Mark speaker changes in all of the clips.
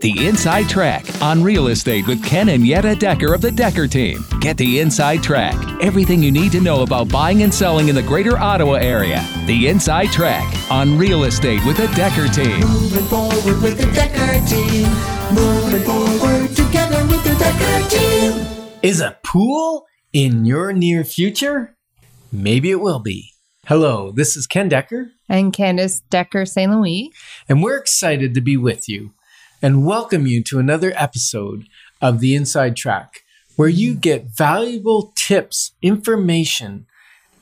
Speaker 1: The Inside Track on real estate with Ken and Yetta Decker of the Decker Team. Get the Inside Track, everything you need to know about buying and selling in the greater Ottawa area. The Inside Track on real estate with the Decker Team.
Speaker 2: Moving forward with the Decker team. Moving forward together with the Decker team.
Speaker 3: Is a pool in your near future? Maybe it will be. Hello, this is Ken Decker,
Speaker 4: and Candace Decker St. Louis.
Speaker 3: and we're excited to be with you and welcome you to another episode of The Inside Track, where you get valuable tips, information,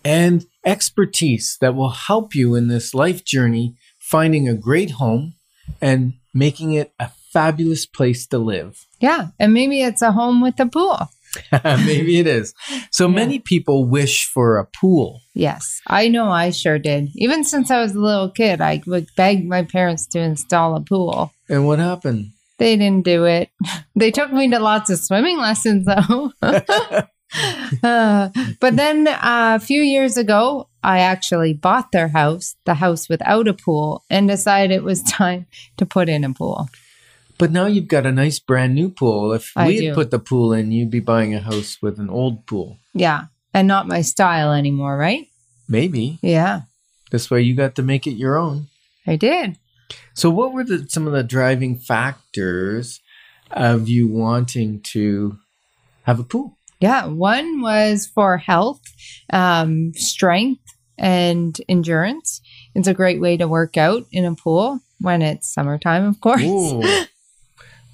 Speaker 3: and expertise that will help you in this life journey finding a great home and making it a fabulous place to live.
Speaker 4: Yeah, and maybe it's a home with a pool.
Speaker 3: Maybe it is. So many people wish for a pool.
Speaker 4: Yes, I know I sure did. Even since I was a little kid, I would beg my parents to install a pool.
Speaker 3: And what happened?
Speaker 4: They didn't do it. They took me to lots of swimming lessons, though. Uh, but then uh, a few years ago, I actually bought their house, the house without a pool, and decided it was time to put in a pool.
Speaker 3: But now you've got a nice brand new pool. If
Speaker 4: I
Speaker 3: we had
Speaker 4: do.
Speaker 3: put the pool in, you'd be buying a house with an old pool.
Speaker 4: Yeah, and not my style anymore, right?
Speaker 3: Maybe.
Speaker 4: Yeah,
Speaker 3: This way you got to make it your own.
Speaker 4: I did.
Speaker 3: So what were the, some of the driving factors of you wanting to have a pool?
Speaker 4: Yeah, one was for health, um, strength, and endurance. It's a great way to work out in a pool when it's summertime, of course.
Speaker 3: Ooh. That's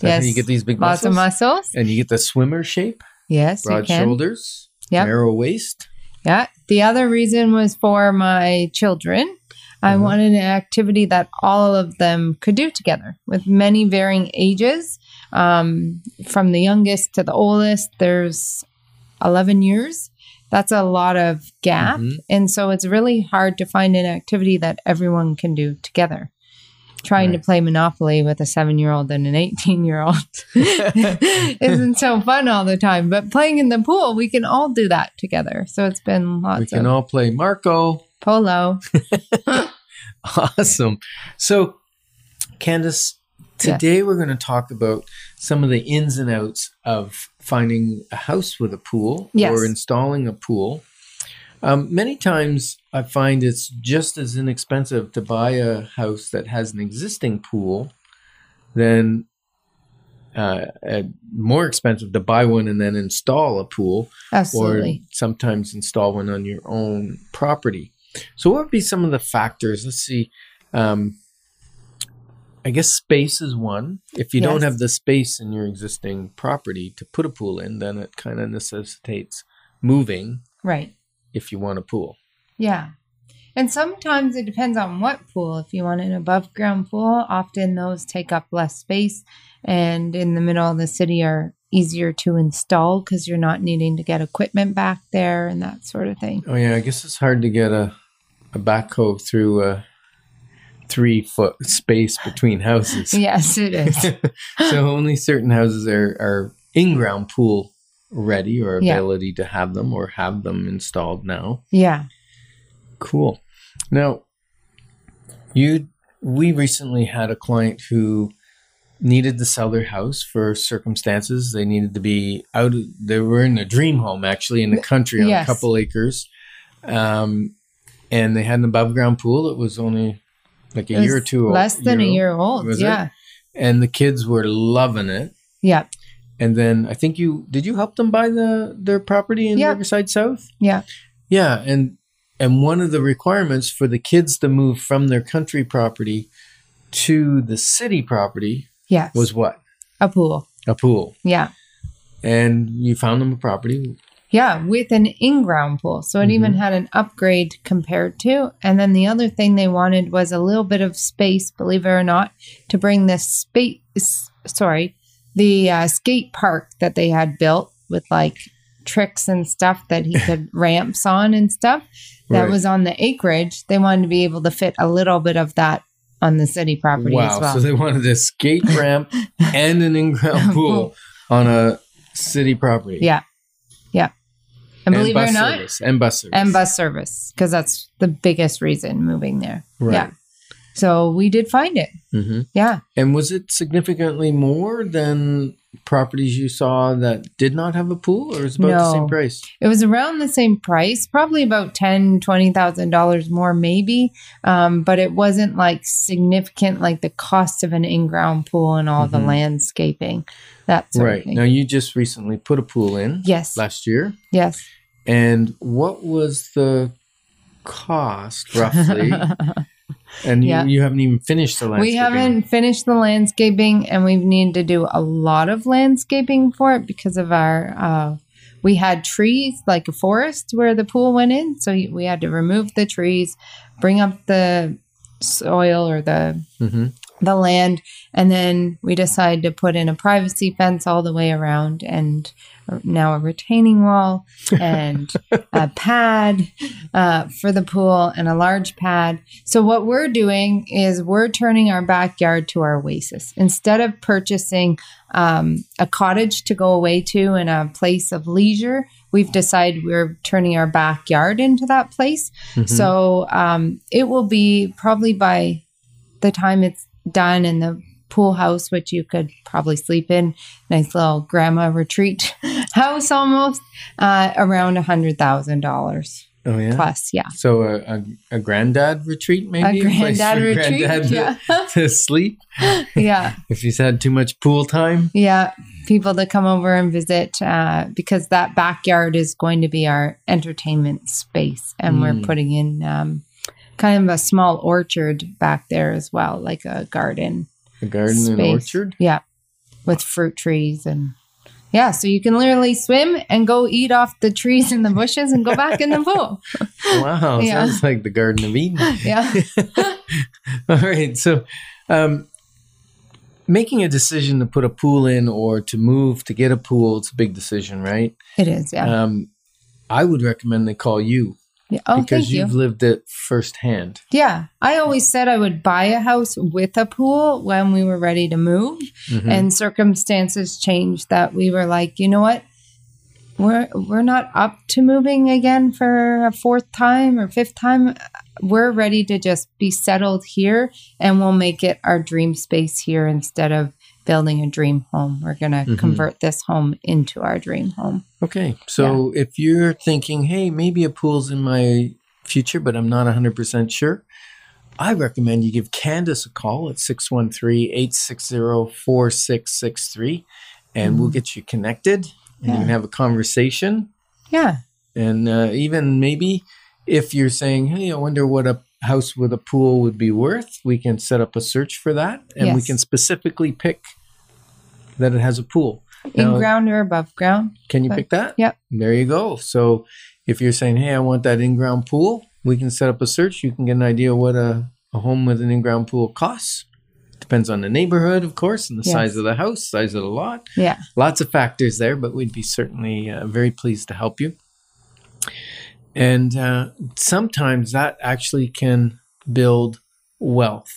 Speaker 4: Yes.
Speaker 3: how you get these big
Speaker 4: Lots of
Speaker 3: muscles.
Speaker 4: muscles.
Speaker 3: And you get the swimmer shape,
Speaker 4: Yes, you
Speaker 3: broad
Speaker 4: can.
Speaker 3: shoulders,
Speaker 4: Yep.
Speaker 3: narrow waist.
Speaker 4: Yeah. The other reason was for my children. I
Speaker 3: Mhm.
Speaker 4: wanted an activity that all of them could do together with many varying ages. Um, from the youngest to the oldest, there's 11 years. That's a lot of gap.
Speaker 3: Mhm.
Speaker 4: And so it's really hard to find an activity that everyone can do together. Trying to
Speaker 3: Right.
Speaker 4: play Monopoly with a seven year old and an 18 year old isn't so fun all the time. But playing in the pool, we can all do that together. So it's been
Speaker 3: we
Speaker 4: lots
Speaker 3: can
Speaker 4: of
Speaker 3: all play Marco.
Speaker 4: polo.
Speaker 3: Awesome. So, Candace,
Speaker 4: Yes.
Speaker 3: today we're going to talk about some of the ins and outs of finding a house with a pool
Speaker 4: Yes.
Speaker 3: or installing a pool. Um, many times I find it's just as inexpensive to buy a house that has an existing pool than uh, uh, more expensive to buy one and then install a pool
Speaker 4: Absolutely.
Speaker 3: or sometimes install one on your own property. So, what would be some of the factors? Let's see. Um, I guess space is one. If you don't
Speaker 4: Yes.
Speaker 3: have the space in your existing property to put a pool in, then it kind of necessitates moving
Speaker 4: right.
Speaker 3: if you want a pool.
Speaker 4: Yeah. And sometimes it depends on what pool. If you want an above ground pool, often those take up less space and in the middle of the city are easier to install because you're not needing to get equipment back there and that sort of thing.
Speaker 3: Oh yeah, I guess it's hard to get a a backhoe through a three foot space between houses.
Speaker 4: Yes, it is.
Speaker 3: so only certain houses are, are in-ground pool ready or
Speaker 4: Yeah.
Speaker 3: ability to have them or have them installed now
Speaker 4: yeah.
Speaker 3: cool now you we recently had a client who needed to sell their house for circumstances they needed to be out of, they were in a dream home actually in the country on
Speaker 4: Yes.
Speaker 3: a couple acres um, and they had an above ground pool it was only like a
Speaker 4: It was
Speaker 3: year or two old-
Speaker 4: Less than a year old.
Speaker 3: was it?
Speaker 4: yeah.
Speaker 3: and the kids were loving it
Speaker 4: Yeah.
Speaker 3: and then I think you did you help them buy the their property in
Speaker 4: Yeah.
Speaker 3: Riverside South?
Speaker 4: Yeah.
Speaker 3: Yeah, and and one of the requirements for the kids to move from their country property to the city property
Speaker 4: Yes.
Speaker 3: was what?
Speaker 4: a pool.
Speaker 3: A pool.
Speaker 4: Yeah.
Speaker 3: And you found them a property.
Speaker 4: Yeah, with an in ground pool. So it
Speaker 3: Mm-hmm.
Speaker 4: even had an upgrade compared to. And then the other thing they wanted was a little bit of space, believe it or not, to bring this space, sorry, the uh, skate park that they had built with like tricks and stuff that he could ramps on and stuff that
Speaker 3: Right.
Speaker 4: was on the acreage. They wanted to be able to fit a little bit of that on the city property
Speaker 3: wow.
Speaker 4: as well.
Speaker 3: So they wanted a skate ramp and an in-ground pool
Speaker 4: Pool.
Speaker 3: on a city property.
Speaker 4: yeah. Yeah. And, believe it
Speaker 3: bus
Speaker 4: or not,
Speaker 3: service, and bus service.
Speaker 4: and bus service because that's the biggest reason moving there.
Speaker 3: Right.
Speaker 4: Yeah. So we did find it.
Speaker 3: Mm-hmm.
Speaker 4: Yeah.
Speaker 3: And was it significantly more than properties you saw that did not have a pool, or is about the same
Speaker 4: No.
Speaker 3: price?
Speaker 4: It was around the same price, probably about ten, twenty thousand dollars more, maybe. Um, but it wasn't like significant, like the cost of an in-ground pool and all the
Speaker 3: Mhm.
Speaker 4: landscaping, that sort of
Speaker 3: Right.
Speaker 4: thing.
Speaker 3: Now you just recently put a pool in
Speaker 4: yes,
Speaker 3: last year,
Speaker 4: yes.
Speaker 3: and what was the cost roughly? and
Speaker 4: Yeah.
Speaker 3: you, you haven't even finished the last.
Speaker 4: We haven't finished the landscaping, and we need to do a lot of landscaping for it because of our. Uh, we had trees like a forest where the pool went in, so we had to remove the trees, bring up the soil or the
Speaker 3: hmm
Speaker 4: the land and then we decided to put in a privacy fence all the way around and now a retaining wall and a pad uh, for the pool and a large pad so what we're doing is we're turning our backyard to our oasis instead of purchasing um, a cottage to go away to and a place of leisure we've decided we're turning our backyard into that place
Speaker 3: Mm-hmm.
Speaker 4: so um, it will be probably by the time it's done in the pool house, which you could probably sleep in, nice little grandma retreat house almost, uh, around a hundred thousand dollars
Speaker 3: Oh yeah.
Speaker 4: plus. Yeah.
Speaker 3: So a, a, a granddad retreat
Speaker 4: A
Speaker 3: maybe place
Speaker 4: granddad
Speaker 3: for
Speaker 4: retreat.
Speaker 3: granddad to-
Speaker 4: yeah.
Speaker 3: to sleep
Speaker 4: yeah.
Speaker 3: if he's had too much pool time.
Speaker 4: Yeah. People to come over and visit uh, because that backyard is going to be our entertainment space. And
Speaker 3: Mm.
Speaker 4: we're putting in um, kind of a small orchard back there as well, like a garden.
Speaker 3: A garden and
Speaker 4: space.
Speaker 3: orchard.
Speaker 4: Yeah. With fruit trees and yeah, so you can literally swim and go eat off the trees and the bushes and go back in the pool.
Speaker 3: Wow,
Speaker 4: Yeah.
Speaker 3: sounds like the Garden of Eden.
Speaker 4: Yeah.
Speaker 3: All right, so um, making a decision to put a pool in or to move to get a pool, it's a big decision, right?
Speaker 4: It is, yeah.
Speaker 3: Um, I would recommend they call you
Speaker 4: Yeah. oh,
Speaker 3: because
Speaker 4: thank you.
Speaker 3: you've lived it firsthand.
Speaker 4: Yeah. I always said I would buy a house with a pool when we were ready to move.
Speaker 3: Mhm.
Speaker 4: And circumstances changed that we were like, you know what? We're we're not up to moving again for a fourth time or fifth time. We're ready to just be settled here and we'll make it our dream space here instead of building a dream home. We're going to
Speaker 3: Mhm.
Speaker 4: convert this home into our dream home.
Speaker 3: Okay, so if you're thinking, hey, maybe a pool's in my future, but I'm not 100% sure, I recommend you give Candace a call at 613 860 4663, and we'll get you connected and you
Speaker 4: Mm-hmm. Yeah.
Speaker 3: can have a conversation.
Speaker 4: Yeah.
Speaker 3: And uh, even maybe if you're saying, hey, I wonder what a house with a pool would be worth, we can set up a search for that and we
Speaker 4: Yes.
Speaker 3: can specifically pick that it has a pool.
Speaker 4: In
Speaker 3: Now-
Speaker 4: ground or above ground.
Speaker 3: can you
Speaker 4: But-
Speaker 3: pick that?
Speaker 4: yep.
Speaker 3: There you go. So if you're saying, hey, I want that in ground pool, we can set up a search. You can get an idea what a, a home with an in ground pool costs. Depends on the neighborhood, of course, and the
Speaker 4: Yes.
Speaker 3: size of the house, size of the lot.
Speaker 4: Yeah.
Speaker 3: Lots of factors there, but we'd be certainly uh, very pleased to help you. And uh, sometimes that actually can build wealth.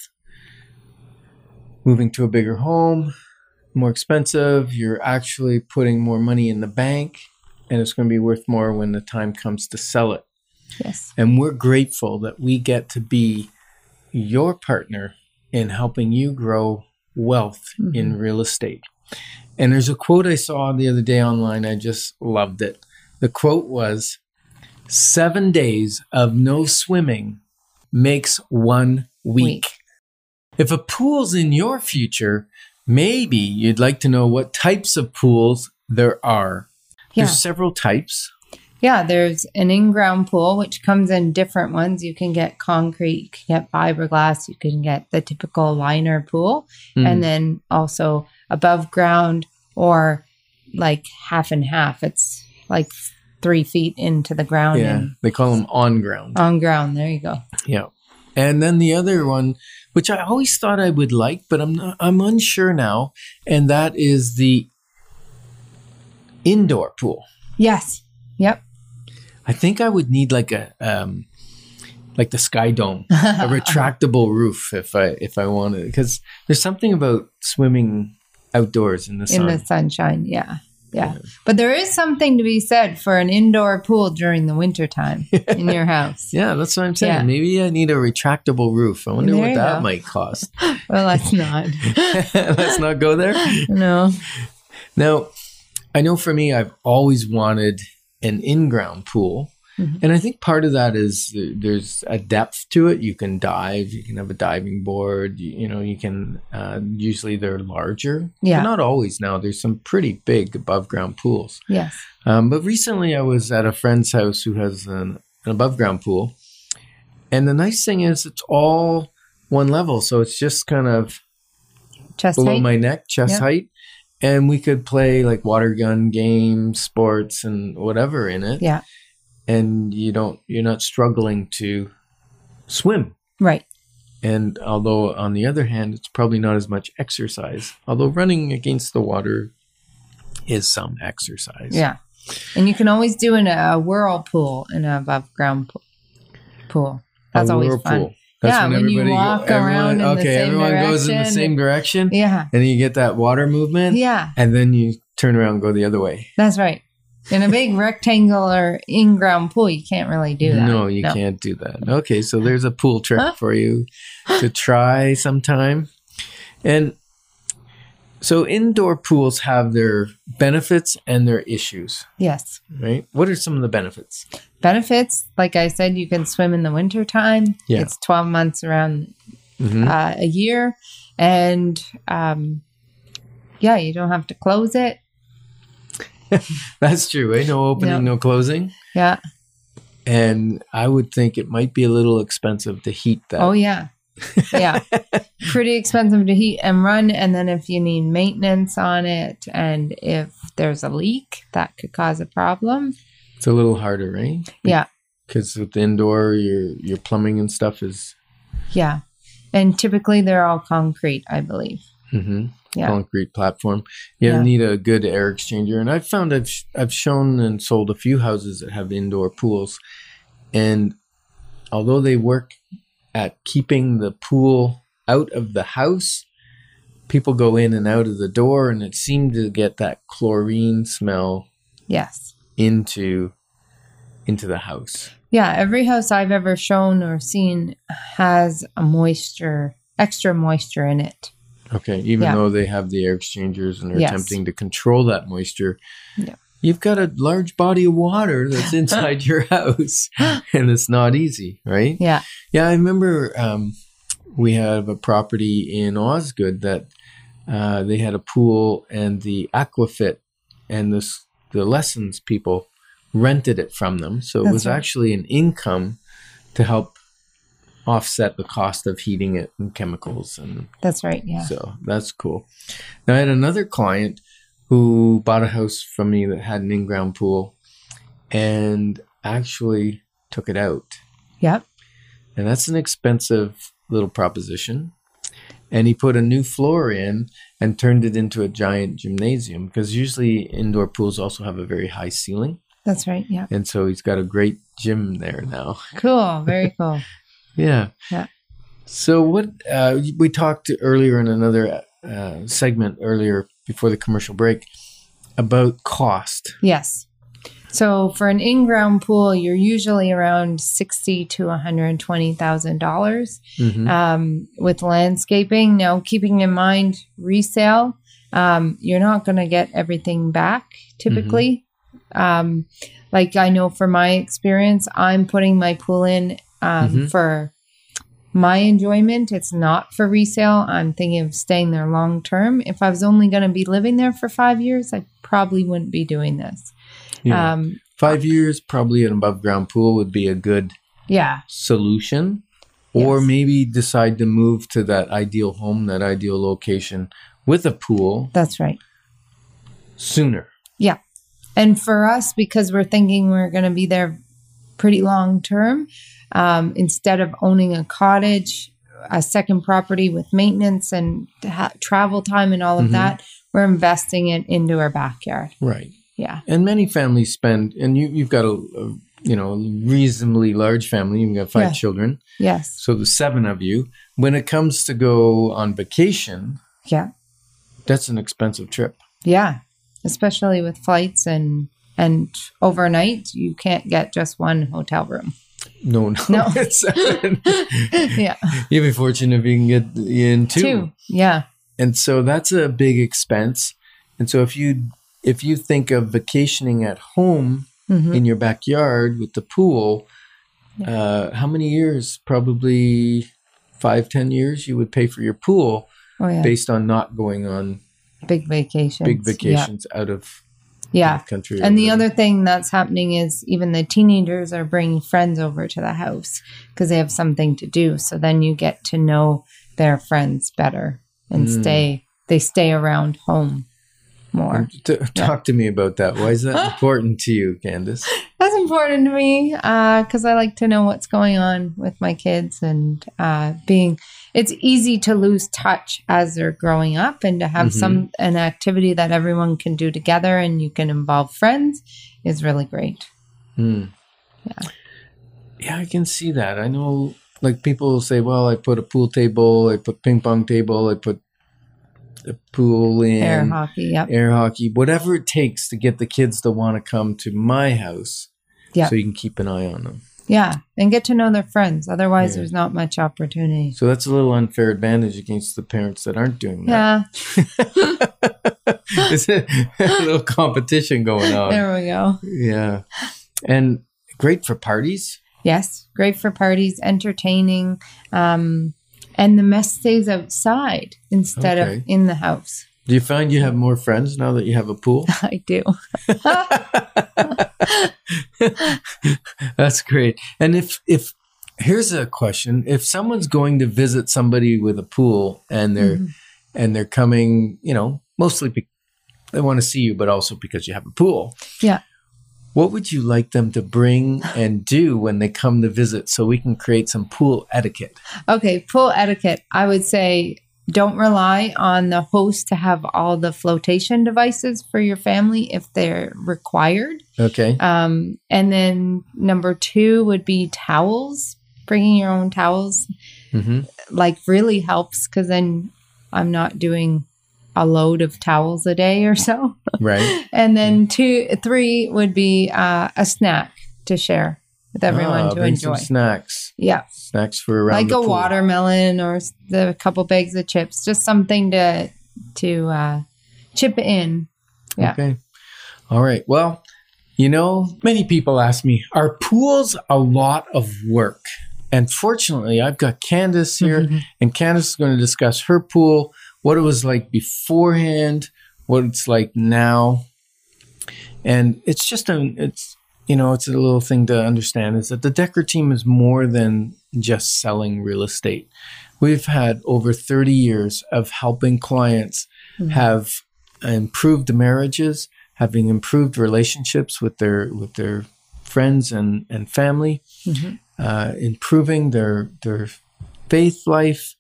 Speaker 3: Moving to a bigger home, more expensive. You're actually putting more money in the bank, and it's going to be worth more when the time comes to sell it.
Speaker 4: Yes.
Speaker 3: And we're grateful that we get to be your partner in helping you grow wealth
Speaker 4: Mm-hmm.
Speaker 3: in real estate. And there's a quote I saw the other day online. I just loved it. The quote was Seven days of no swimming makes one week.
Speaker 4: Week.
Speaker 3: If a pool's in your future, maybe you'd like to know what types of pools there are.
Speaker 4: Yeah.
Speaker 3: There's several types.
Speaker 4: Yeah, there's an in-ground pool which comes in different ones. You can get concrete, you can get fiberglass, you can get the typical liner pool,
Speaker 3: Hmm.
Speaker 4: and then also above ground or like half and half. It's like three feet into the ground
Speaker 3: Yeah,
Speaker 4: and
Speaker 3: they call them on ground.
Speaker 4: on ground. There you go.
Speaker 3: Yeah. And then the other one, which I always thought I would like, but I'm not, I'm unsure now, and that is the indoor pool.
Speaker 4: Yes. Yep.
Speaker 3: I think I would need like a um, like the sky dome, a retractable roof if I if I wanted, because there's something about swimming outdoors in the
Speaker 4: In
Speaker 3: sun
Speaker 4: the sunshine. Yeah. Yeah. But there is something to be said for an indoor pool during the wintertime in your house.
Speaker 3: Yeah, that's what I'm saying.
Speaker 4: Yeah.
Speaker 3: Maybe I need a retractable roof. I wonder
Speaker 4: There
Speaker 3: what
Speaker 4: you
Speaker 3: that
Speaker 4: go.
Speaker 3: might cost.
Speaker 4: Well, that's not.
Speaker 3: Let's not go there.
Speaker 4: No.
Speaker 3: Now, I know for me, I've always wanted an in-ground pool,
Speaker 4: Mhm.
Speaker 3: and I think part of that is th- there's a depth to it. You can dive. You can have a diving board. You, you know, you can. Uh, usually, they're larger. But
Speaker 4: Yeah.
Speaker 3: not always. Now, there's some pretty big above-ground pools.
Speaker 4: Yes.
Speaker 3: Um, but recently, I was at a friend's house who has an, an above ground pool. And the nice thing is, it's all one level. So it's just kind of
Speaker 4: Chest
Speaker 3: below
Speaker 4: height.
Speaker 3: my neck, chest
Speaker 4: Yeah.
Speaker 3: height. And we could play like water gun games, sports, and whatever in it.
Speaker 4: yeah.
Speaker 3: And you don't, you're not struggling to swim.
Speaker 4: Right.
Speaker 3: And although, on the other hand, it's probably not as much exercise, although running against the water is some exercise.
Speaker 4: Yeah. And you can always do in a, a whirlpool in an above ground pool. pool. That's
Speaker 3: a
Speaker 4: always
Speaker 3: whirlpool.
Speaker 4: fun.
Speaker 3: That's
Speaker 4: Yeah, when you walk around in the
Speaker 3: okay,
Speaker 4: same
Speaker 3: everyone goes in the
Speaker 4: direction.
Speaker 3: same direction,
Speaker 4: Yeah.
Speaker 3: and you get that water movement,
Speaker 4: Yeah.
Speaker 3: and then you turn around and go the other way.
Speaker 4: That's right. In a big rectangular in ground pool, you can't really do that.
Speaker 3: No, you can't do that. Okay, so there's a pool trick
Speaker 4: Huh?
Speaker 3: for you to try sometime. And so indoor pools have their benefits and their issues,
Speaker 4: Yes.
Speaker 3: right? What are some of the benefits?
Speaker 4: Benefits, like I said, you can swim in the wintertime.
Speaker 3: Yeah.
Speaker 4: It's 12 months around
Speaker 3: Mhm.
Speaker 4: uh, a year. And um, yeah, you don't have to close it.
Speaker 3: That's true, right? No opening,
Speaker 4: Yeah.
Speaker 3: no closing.
Speaker 4: Yeah.
Speaker 3: And I would think it might be a little expensive to heat that.
Speaker 4: Oh, yeah. Yeah. Pretty expensive to heat and run. And then if you need maintenance on it and if there's a leak, that could cause a problem.
Speaker 3: It's a little harder, right?
Speaker 4: Yeah.
Speaker 3: Because with indoor, your your plumbing and stuff is
Speaker 4: Yeah. And typically they're all concrete, I believe.
Speaker 3: mhm,
Speaker 4: Yeah.
Speaker 3: concrete platform. You
Speaker 4: Yeah.
Speaker 3: need a good air exchanger, and I've found I've sh- I've shown and sold a few houses that have indoor pools, and although they work at keeping the pool out of the house, people go in and out of the door, and it seemed to get that chlorine smell
Speaker 4: Yes.
Speaker 3: into into the house.
Speaker 4: Yeah, every house I've ever shown or seen has a moisture, extra moisture in it.
Speaker 3: Okay, even
Speaker 4: Yeah.
Speaker 3: though they have the air exchangers and they're
Speaker 4: Yes.
Speaker 3: attempting to control that moisture,
Speaker 4: Yeah.
Speaker 3: you've got a large body of water that's inside your house, and it's not easy, right?
Speaker 4: Yeah.
Speaker 3: Yeah, I remember um, we have a property in Osgood that uh, they had a pool and the aquafit and this the lessons people rented it from them, so it
Speaker 4: That's
Speaker 3: was
Speaker 4: right.
Speaker 3: actually an income to help offset the cost of heating it and chemicals and
Speaker 4: That's right. Yeah.
Speaker 3: so that's cool. Now I had another client who bought a house from me that had an in-ground pool and actually took it out.
Speaker 4: Yep.
Speaker 3: And that's an expensive little proposition. And he put a new floor in and turned it into a giant gymnasium because usually indoor pools also have a very high ceiling.
Speaker 4: That's right. Yeah.
Speaker 3: And so he's got a great gym there now.
Speaker 4: Cool. Very cool.
Speaker 3: Yeah.
Speaker 4: Yeah.
Speaker 3: So what uh, we talked earlier in another uh, segment earlier before the commercial break about cost.
Speaker 4: Yes. So for an in-ground pool, you're usually around sixty to one hundred twenty thousand dollars
Speaker 3: Mhm.
Speaker 4: um, with landscaping. Now, keeping in mind resale, um, you're not going to get everything back typically. Um, like I know from my experience, I'm putting my pool in um,
Speaker 3: Mhm.
Speaker 4: for my enjoyment. It's not for resale. I'm thinking of staying there long term. If I was only going to be living there for five years, I probably wouldn't be doing this.
Speaker 3: Yeah.
Speaker 4: Um,
Speaker 3: Five years, probably an above ground pool would be a good
Speaker 4: yeah,
Speaker 3: solution. Or
Speaker 4: Yes.
Speaker 3: maybe decide to move to that ideal home, that ideal location with a pool
Speaker 4: that's right.
Speaker 3: sooner.
Speaker 4: Yeah. And for us, because we're thinking we're going to be there pretty long term, um, instead of owning a cottage, a second property with maintenance and ha- travel time and all of
Speaker 3: Mhm.
Speaker 4: that, we're investing it into our backyard.
Speaker 3: Right.
Speaker 4: Yeah.
Speaker 3: And many families spend, and you, you've got a, a you know reasonably large family. You've got five
Speaker 4: Yeah.
Speaker 3: children.
Speaker 4: Yes.
Speaker 3: so the seven of you when it comes to go on vacation
Speaker 4: Yeah.
Speaker 3: that's an expensive trip
Speaker 4: Yeah. especially with flights and and overnight, you can't get just one hotel room.
Speaker 3: No, no.
Speaker 4: No.
Speaker 3: It's-
Speaker 4: yeah.
Speaker 3: You'd be fortunate if you can get in two.
Speaker 4: Yeah.
Speaker 3: And so that's a big expense. And so if you if you think of vacationing at home
Speaker 4: hmm
Speaker 3: in your backyard with the pool, uh, how many years? Probably five, ten years you would pay for your pool
Speaker 4: Oh yeah.
Speaker 3: based on not going on
Speaker 4: big vacations.
Speaker 3: big
Speaker 4: Yeah.
Speaker 3: vacations out of
Speaker 4: Yeah.
Speaker 3: out of country. or
Speaker 4: And the
Speaker 3: whatever.
Speaker 4: other thing that's happening is even the teenagers are bringing friends over to the house because they have something to do. So then you get to know their friends better and
Speaker 3: Mm.
Speaker 4: stay. They stay around home more.
Speaker 3: T- talk to me about that. Why is that important to you, Candace?
Speaker 4: That's important to me because I like to know what's going on with my kids and uh, being. It's easy to lose touch as they're growing up, and to have some an activity that everyone can do together and you can involve friends is really great.
Speaker 3: Hmm. Yeah, I can see that. I know, like people will say, "Well, I put a pool table, I put ping pong table, I put a pool in
Speaker 4: Air hockey, yep.
Speaker 3: air hockey, whatever it takes to get the kids to want to come to my house,
Speaker 4: Yeah.
Speaker 3: so you can keep an eye on them."
Speaker 4: Yeah, and get to know their friends. Otherwise,
Speaker 3: Yeah.
Speaker 4: there's not much opportunity.
Speaker 3: So that's a little unfair advantage against the parents that aren't doing that.
Speaker 4: Yeah,
Speaker 3: It's a little competition going on.
Speaker 4: there we go.
Speaker 3: Yeah, and great for parties.
Speaker 4: Yes, great for parties, entertaining, um, and the mess stays outside instead
Speaker 3: Okay.
Speaker 4: of in the house.
Speaker 3: Do you find you have more friends now that you have a pool?
Speaker 4: I do.
Speaker 3: That's great. And if if here's a question: if someone's going to visit somebody with a pool and they're
Speaker 4: Mm-hmm.
Speaker 3: and they're coming, you know, mostly be- they want to see you, but also because you have a pool.
Speaker 4: Yeah.
Speaker 3: What would you like them to bring and do when they come to visit, so we can create some pool etiquette?
Speaker 4: Okay, pool etiquette. I would say don't rely on the host to have all the flotation devices for your family if they're required.
Speaker 3: Okay.
Speaker 4: Um, and then number two would be towels. Bringing your own towels
Speaker 3: hmm
Speaker 4: like really helps because then I'm not doing a load of towels a day or so.
Speaker 3: Right.
Speaker 4: And
Speaker 3: Mm.
Speaker 4: then two, three would be uh, a snack to share with everyone
Speaker 3: Ah,
Speaker 4: to
Speaker 3: bring some
Speaker 4: enjoy.
Speaker 3: snacks.
Speaker 4: yeah,
Speaker 3: Snacks for around
Speaker 4: like
Speaker 3: the
Speaker 4: a
Speaker 3: pool.
Speaker 4: watermelon or s- the couple bags of chips, just something to to uh, chip in. Yeah.
Speaker 3: Okay. All right. Well, you know,
Speaker 5: Many people ask me, are pools a lot of work?
Speaker 3: And fortunately, I've got Candace here, and Candace is going to discuss her pool, what it was like beforehand, what it's like now. And it's just an it's you know, it's a little thing to understand is that the Decker team is more than just selling real estate. We've had over 30 years of helping clients have improved marriages, having improved relationships with their with their friends and, and family uh, improving their their faith life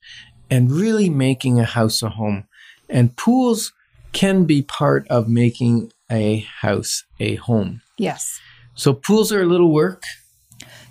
Speaker 3: and really making a house a home and pools can be part of making a house a home
Speaker 4: Yes.
Speaker 3: so pools are a little work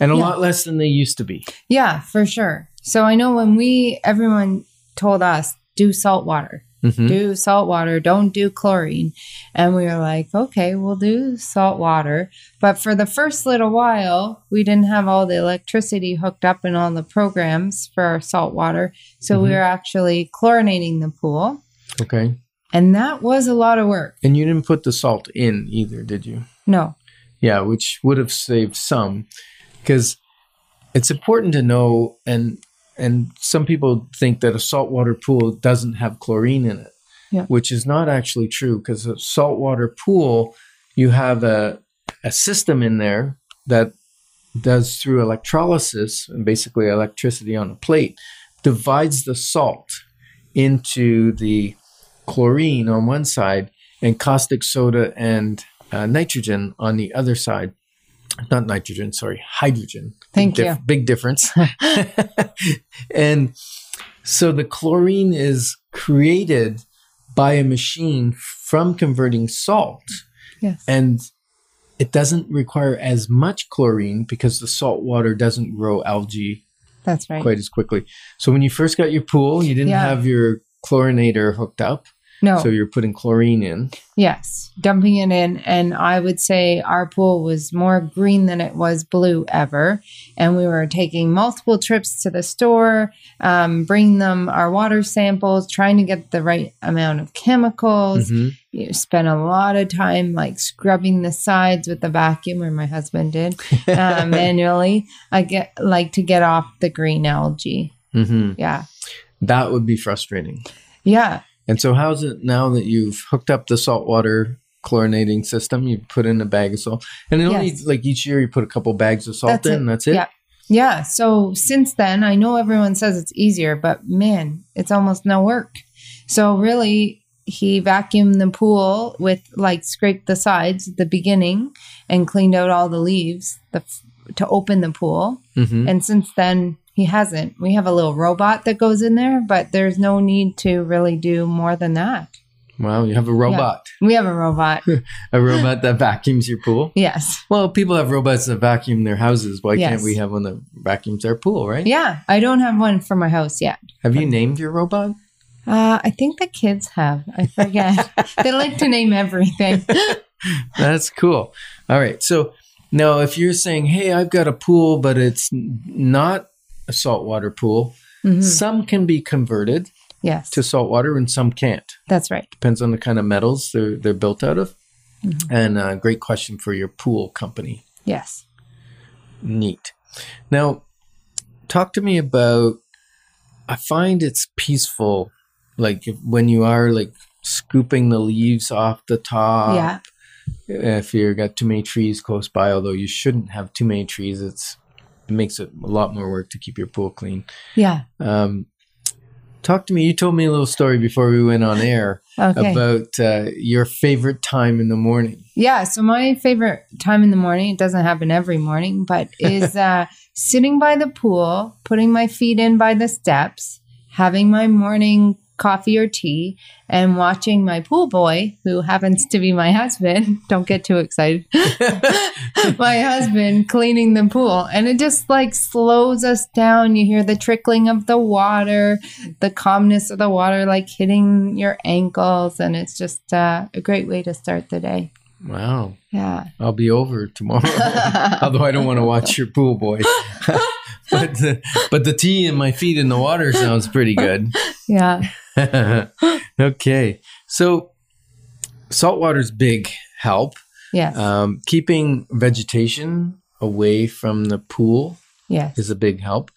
Speaker 3: and a
Speaker 4: Yeah.
Speaker 3: lot less than they used to be
Speaker 4: Yeah, for sure. So I know when we everyone told us do salt water.
Speaker 3: Mm-hmm.
Speaker 4: Do salt water, don't do chlorine. And we were like, okay, we'll do salt water. But for the first little while, we didn't have all the electricity hooked up and all the programs for our salt water. So
Speaker 3: Mm-hmm.
Speaker 4: we were actually chlorinating the pool.
Speaker 3: okay
Speaker 4: And that was a lot of work.
Speaker 3: and you didn't put the salt in either did you
Speaker 4: No.
Speaker 3: yeah which would have saved some because it's important to know and and some people think that a saltwater pool doesn't have chlorine in it
Speaker 4: Yeah.
Speaker 3: which is not actually true because a saltwater pool you have a a system in there that does through electrolysis and basically electricity on a plate divides the salt into the chlorine on one side and caustic soda and uh, nitrogen on the other side. Not nitrogen, sorry, hydrogen.
Speaker 4: Thank
Speaker 3: big
Speaker 4: you.
Speaker 3: Big difference. and so the chlorine is created by a machine from converting salt.
Speaker 4: Yes.
Speaker 3: And it doesn't require as much chlorine because the salt water doesn't grow algae
Speaker 4: That's right.
Speaker 3: quite as quickly. So when you first got your pool, you didn't
Speaker 4: Yeah.
Speaker 3: have your chlorinator hooked up.
Speaker 4: No.
Speaker 3: So you're putting chlorine in.
Speaker 4: Yes, dumping it in. And I would say our pool was more green than it was blue ever. And we were taking multiple trips to the store, um, bringing them our water samples, trying to get the right amount of chemicals.
Speaker 3: Mm-hmm.
Speaker 4: You spent a lot of time like scrubbing the sides with the vacuum, or my husband did uh, manually. I get like to get off the green algae.
Speaker 3: Mm-hmm.
Speaker 4: Yeah.
Speaker 3: That would be frustrating.
Speaker 4: Yeah.
Speaker 3: And so, how's it now that you've hooked up the saltwater chlorinating system? You put in a bag of salt, and it only
Speaker 4: Yes.
Speaker 3: like each year you put a couple bags of salt
Speaker 4: That's
Speaker 3: in.
Speaker 4: it.
Speaker 3: And that's it.
Speaker 4: Yeah. Yeah. So since then, I know everyone says it's easier, but man, it's almost no work. So really, he vacuumed the pool with like scraped the sides at the beginning and cleaned out all the leaves the, f- to open the pool.
Speaker 3: Mm-hmm.
Speaker 4: And since then, he hasn't. We have a little robot that goes in there, but there's no need to really do more than that.
Speaker 3: Wow, you have a robot,
Speaker 4: We have a robot.
Speaker 3: a robot that vacuums your pool.
Speaker 4: yes.
Speaker 3: Well, people have robots that vacuum their houses. Why can't
Speaker 4: Yes.
Speaker 3: we have one that vacuums our pool, right?
Speaker 4: Yeah. I don't have one for my house yet.
Speaker 3: Have you named your robot?
Speaker 4: Uh, I think the kids have. I forget. they like to name everything.
Speaker 3: That's cool. All right. So now, if you're saying, hey, I've got a pool, but it's n- not a saltwater pool,
Speaker 4: Mm-hmm.
Speaker 3: some can be converted
Speaker 4: Yes,
Speaker 3: to saltwater and some can't.
Speaker 4: that's right.
Speaker 3: Depends on the kind of metals they're, they're built out of.
Speaker 4: Mm-hmm.
Speaker 3: And uh, great question for your pool company.
Speaker 4: Yes.
Speaker 3: Neat. Now, talk to me about. I find it's peaceful, like if- when you are like scooping the leaves off the top.
Speaker 4: yeah.
Speaker 3: If you've got too many trees close by, although you shouldn't have too many trees, it's it makes it a lot more work to keep your pool clean.
Speaker 4: Yeah.
Speaker 3: Um, talk to me. You told me a little story before we went on air
Speaker 4: Okay.
Speaker 3: about uh, your favorite time in the morning.
Speaker 4: yeah. So my favorite time in the morning, it doesn't happen every morning, but is uh, sitting by the pool, putting my feet in by the steps, having my morning coffee or tea, and watching my pool boy, who happens to be my husband. Don't get too excited. my husband cleaning the pool and it just like slows us down you hear the trickling of the water the calmness of the water like hitting your ankles and it's just uh, a great way to start the day
Speaker 3: Wow.
Speaker 4: yeah
Speaker 3: I'll be over tomorrow. Although I don't want to watch your pool boy. but, the, but the tea and my feet in the water sounds pretty good.
Speaker 4: yeah
Speaker 3: okay. So, saltwater's big help.
Speaker 4: yes
Speaker 3: Um, keeping vegetation away from the pool
Speaker 4: yes
Speaker 3: is a big help.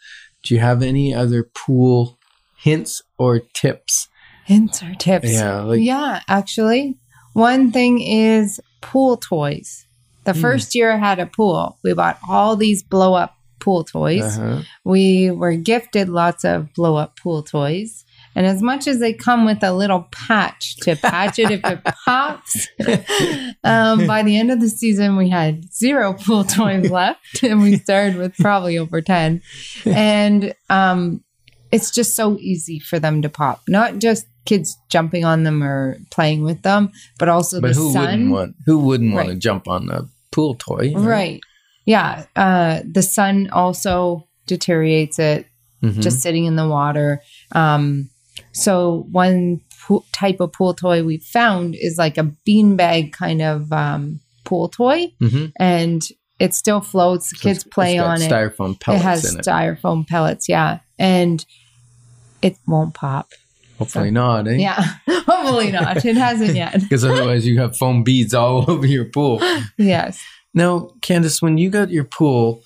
Speaker 3: Do you have any other pool hints or tips?
Speaker 4: hints or tips
Speaker 3: Yeah. Like,
Speaker 4: yeah, actually. One thing is pool toys. The
Speaker 3: Hmm.
Speaker 4: first year I had a pool, we bought all these blow up pool toys.
Speaker 3: Uh-huh.
Speaker 4: We were gifted lots of blow up pool toys. And as much as they come with a little patch to patch it if it pops, um, by the end of the season, we had zero pool toys left. And we started with probably over 10. And um, it's just so easy for them to pop. Not just kids jumping on them or playing with them, but also
Speaker 3: But
Speaker 4: the
Speaker 3: who
Speaker 4: sun.
Speaker 3: wouldn't want who wouldn't want to
Speaker 4: Right.
Speaker 3: jump on a pool toy?
Speaker 4: right. Yeah. Uh, the sun also deteriorates it
Speaker 3: Mhm.
Speaker 4: just sitting in the water. Um, so one po- type of pool toy we found is like a beanbag kind of um, pool toy,
Speaker 3: Mhm.
Speaker 4: and it still floats. The
Speaker 3: So
Speaker 4: kids
Speaker 3: it's-
Speaker 4: play
Speaker 3: it's got
Speaker 4: on it.
Speaker 3: Styrofoam
Speaker 4: it
Speaker 3: pellets
Speaker 4: has
Speaker 3: in it.
Speaker 4: styrofoam pellets, yeah, and it won't pop.
Speaker 3: Hopefully not, eh?
Speaker 4: Yeah, hopefully not. It hasn't yet.
Speaker 3: Because otherwise you have foam beads all over your pool.
Speaker 4: Yes.
Speaker 3: Now, Candace, when you got your pool,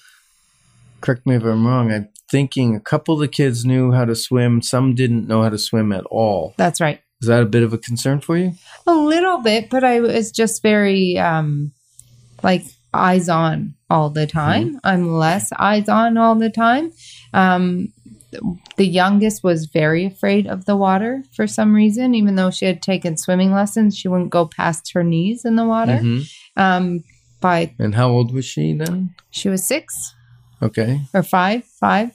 Speaker 3: correct me if I'm wrong, I'm thinking a couple of the kids knew how to swim, some didn't know how to swim at all.
Speaker 4: That's right.
Speaker 3: Is that a bit of a concern for you?
Speaker 4: A little bit, but I was just very um like eyes on all the time. I'm less eyes on all the time. Um the youngest was very afraid of the water for some reason, even though she had taken swimming lessons, she wouldn't go past her knees in the water.
Speaker 3: Mhm.
Speaker 4: Um by
Speaker 3: And how old was she then?
Speaker 4: she was 6
Speaker 3: Okay.
Speaker 4: or 5, 5.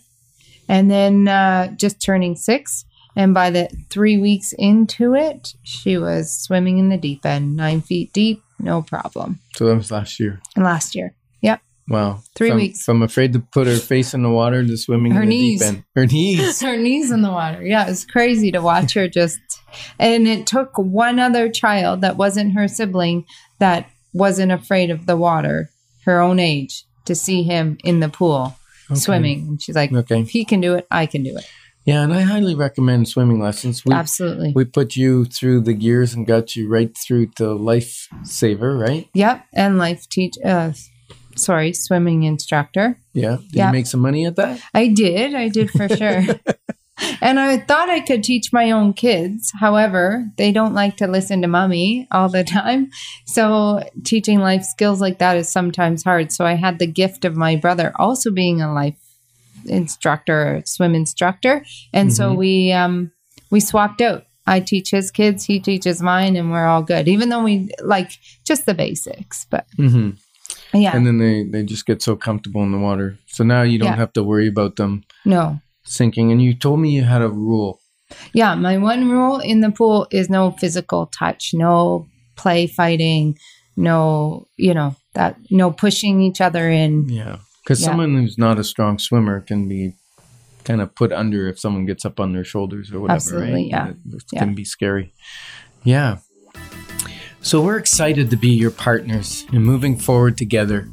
Speaker 4: And then uh just turning 6. And by the three weeks into it, she was swimming in the deep end, nine feet deep, no problem.
Speaker 3: So that was last year.
Speaker 4: And last year. Yep.
Speaker 3: Wow.
Speaker 4: Three
Speaker 3: From-
Speaker 4: weeks.
Speaker 3: From afraid to put her face in the water to swimming
Speaker 4: Her
Speaker 3: in the
Speaker 4: knees.
Speaker 3: deep end. Her knees.
Speaker 4: her knees in the water. Yeah, it's crazy to watch her just. And it took one other child that wasn't her sibling that wasn't afraid of the water, her own age, to see him in the pool swimming. And she's like,
Speaker 3: Okay.
Speaker 4: if he can do it, I can do it.
Speaker 3: Yeah, and I highly recommend swimming lessons. We,
Speaker 4: Absolutely.
Speaker 3: we put you through the gears and got you right through to lifesaver, right?
Speaker 4: yep. And life teach, uh, sorry, swimming instructor.
Speaker 3: Yeah. Did
Speaker 4: Yeah.
Speaker 3: you make some money at that?
Speaker 4: I did. I did for sure. and I thought I could teach my own kids. However, they don't like to listen to mommy all the time. So teaching life skills like that is sometimes hard. So I had the gift of my brother also being a life instructor, swim instructor. And so we um we swapped out. I teach his kids, he teaches mine, and we're all good. Even though we like just the basics, but
Speaker 3: Mm-hmm.
Speaker 4: yeah,
Speaker 3: And then they, they just get so comfortable in the water. So now you don't
Speaker 4: Yeah.
Speaker 3: have to worry about them
Speaker 4: no,
Speaker 3: sinking. And you told me you had a rule.
Speaker 4: Yeah, my one rule in the pool is no physical touch, no play fighting, no, you know, that no pushing each other in.
Speaker 3: Yeah. Because
Speaker 4: Yeah.
Speaker 3: someone who's not a strong swimmer can be kind of put under if someone gets up on their shoulders or whatever.
Speaker 4: Absolutely,
Speaker 3: right?
Speaker 4: yeah.
Speaker 3: It, it
Speaker 4: Yeah.
Speaker 3: can be scary. Yeah.
Speaker 6: So we're excited to be your partners and moving forward together.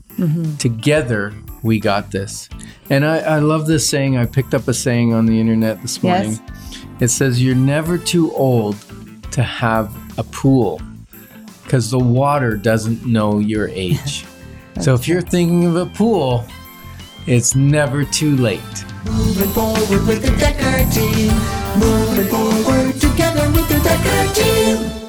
Speaker 3: Together, we got this. And I, I love this saying. I picked up a saying on the internet this morning.
Speaker 4: Yes.
Speaker 3: It says, You're never too old to have a pool because the water doesn't know your age. so if you're thinking of a pool, it's never too late.
Speaker 2: Moving forward with the Decker team. Moving forward together with the Decker team.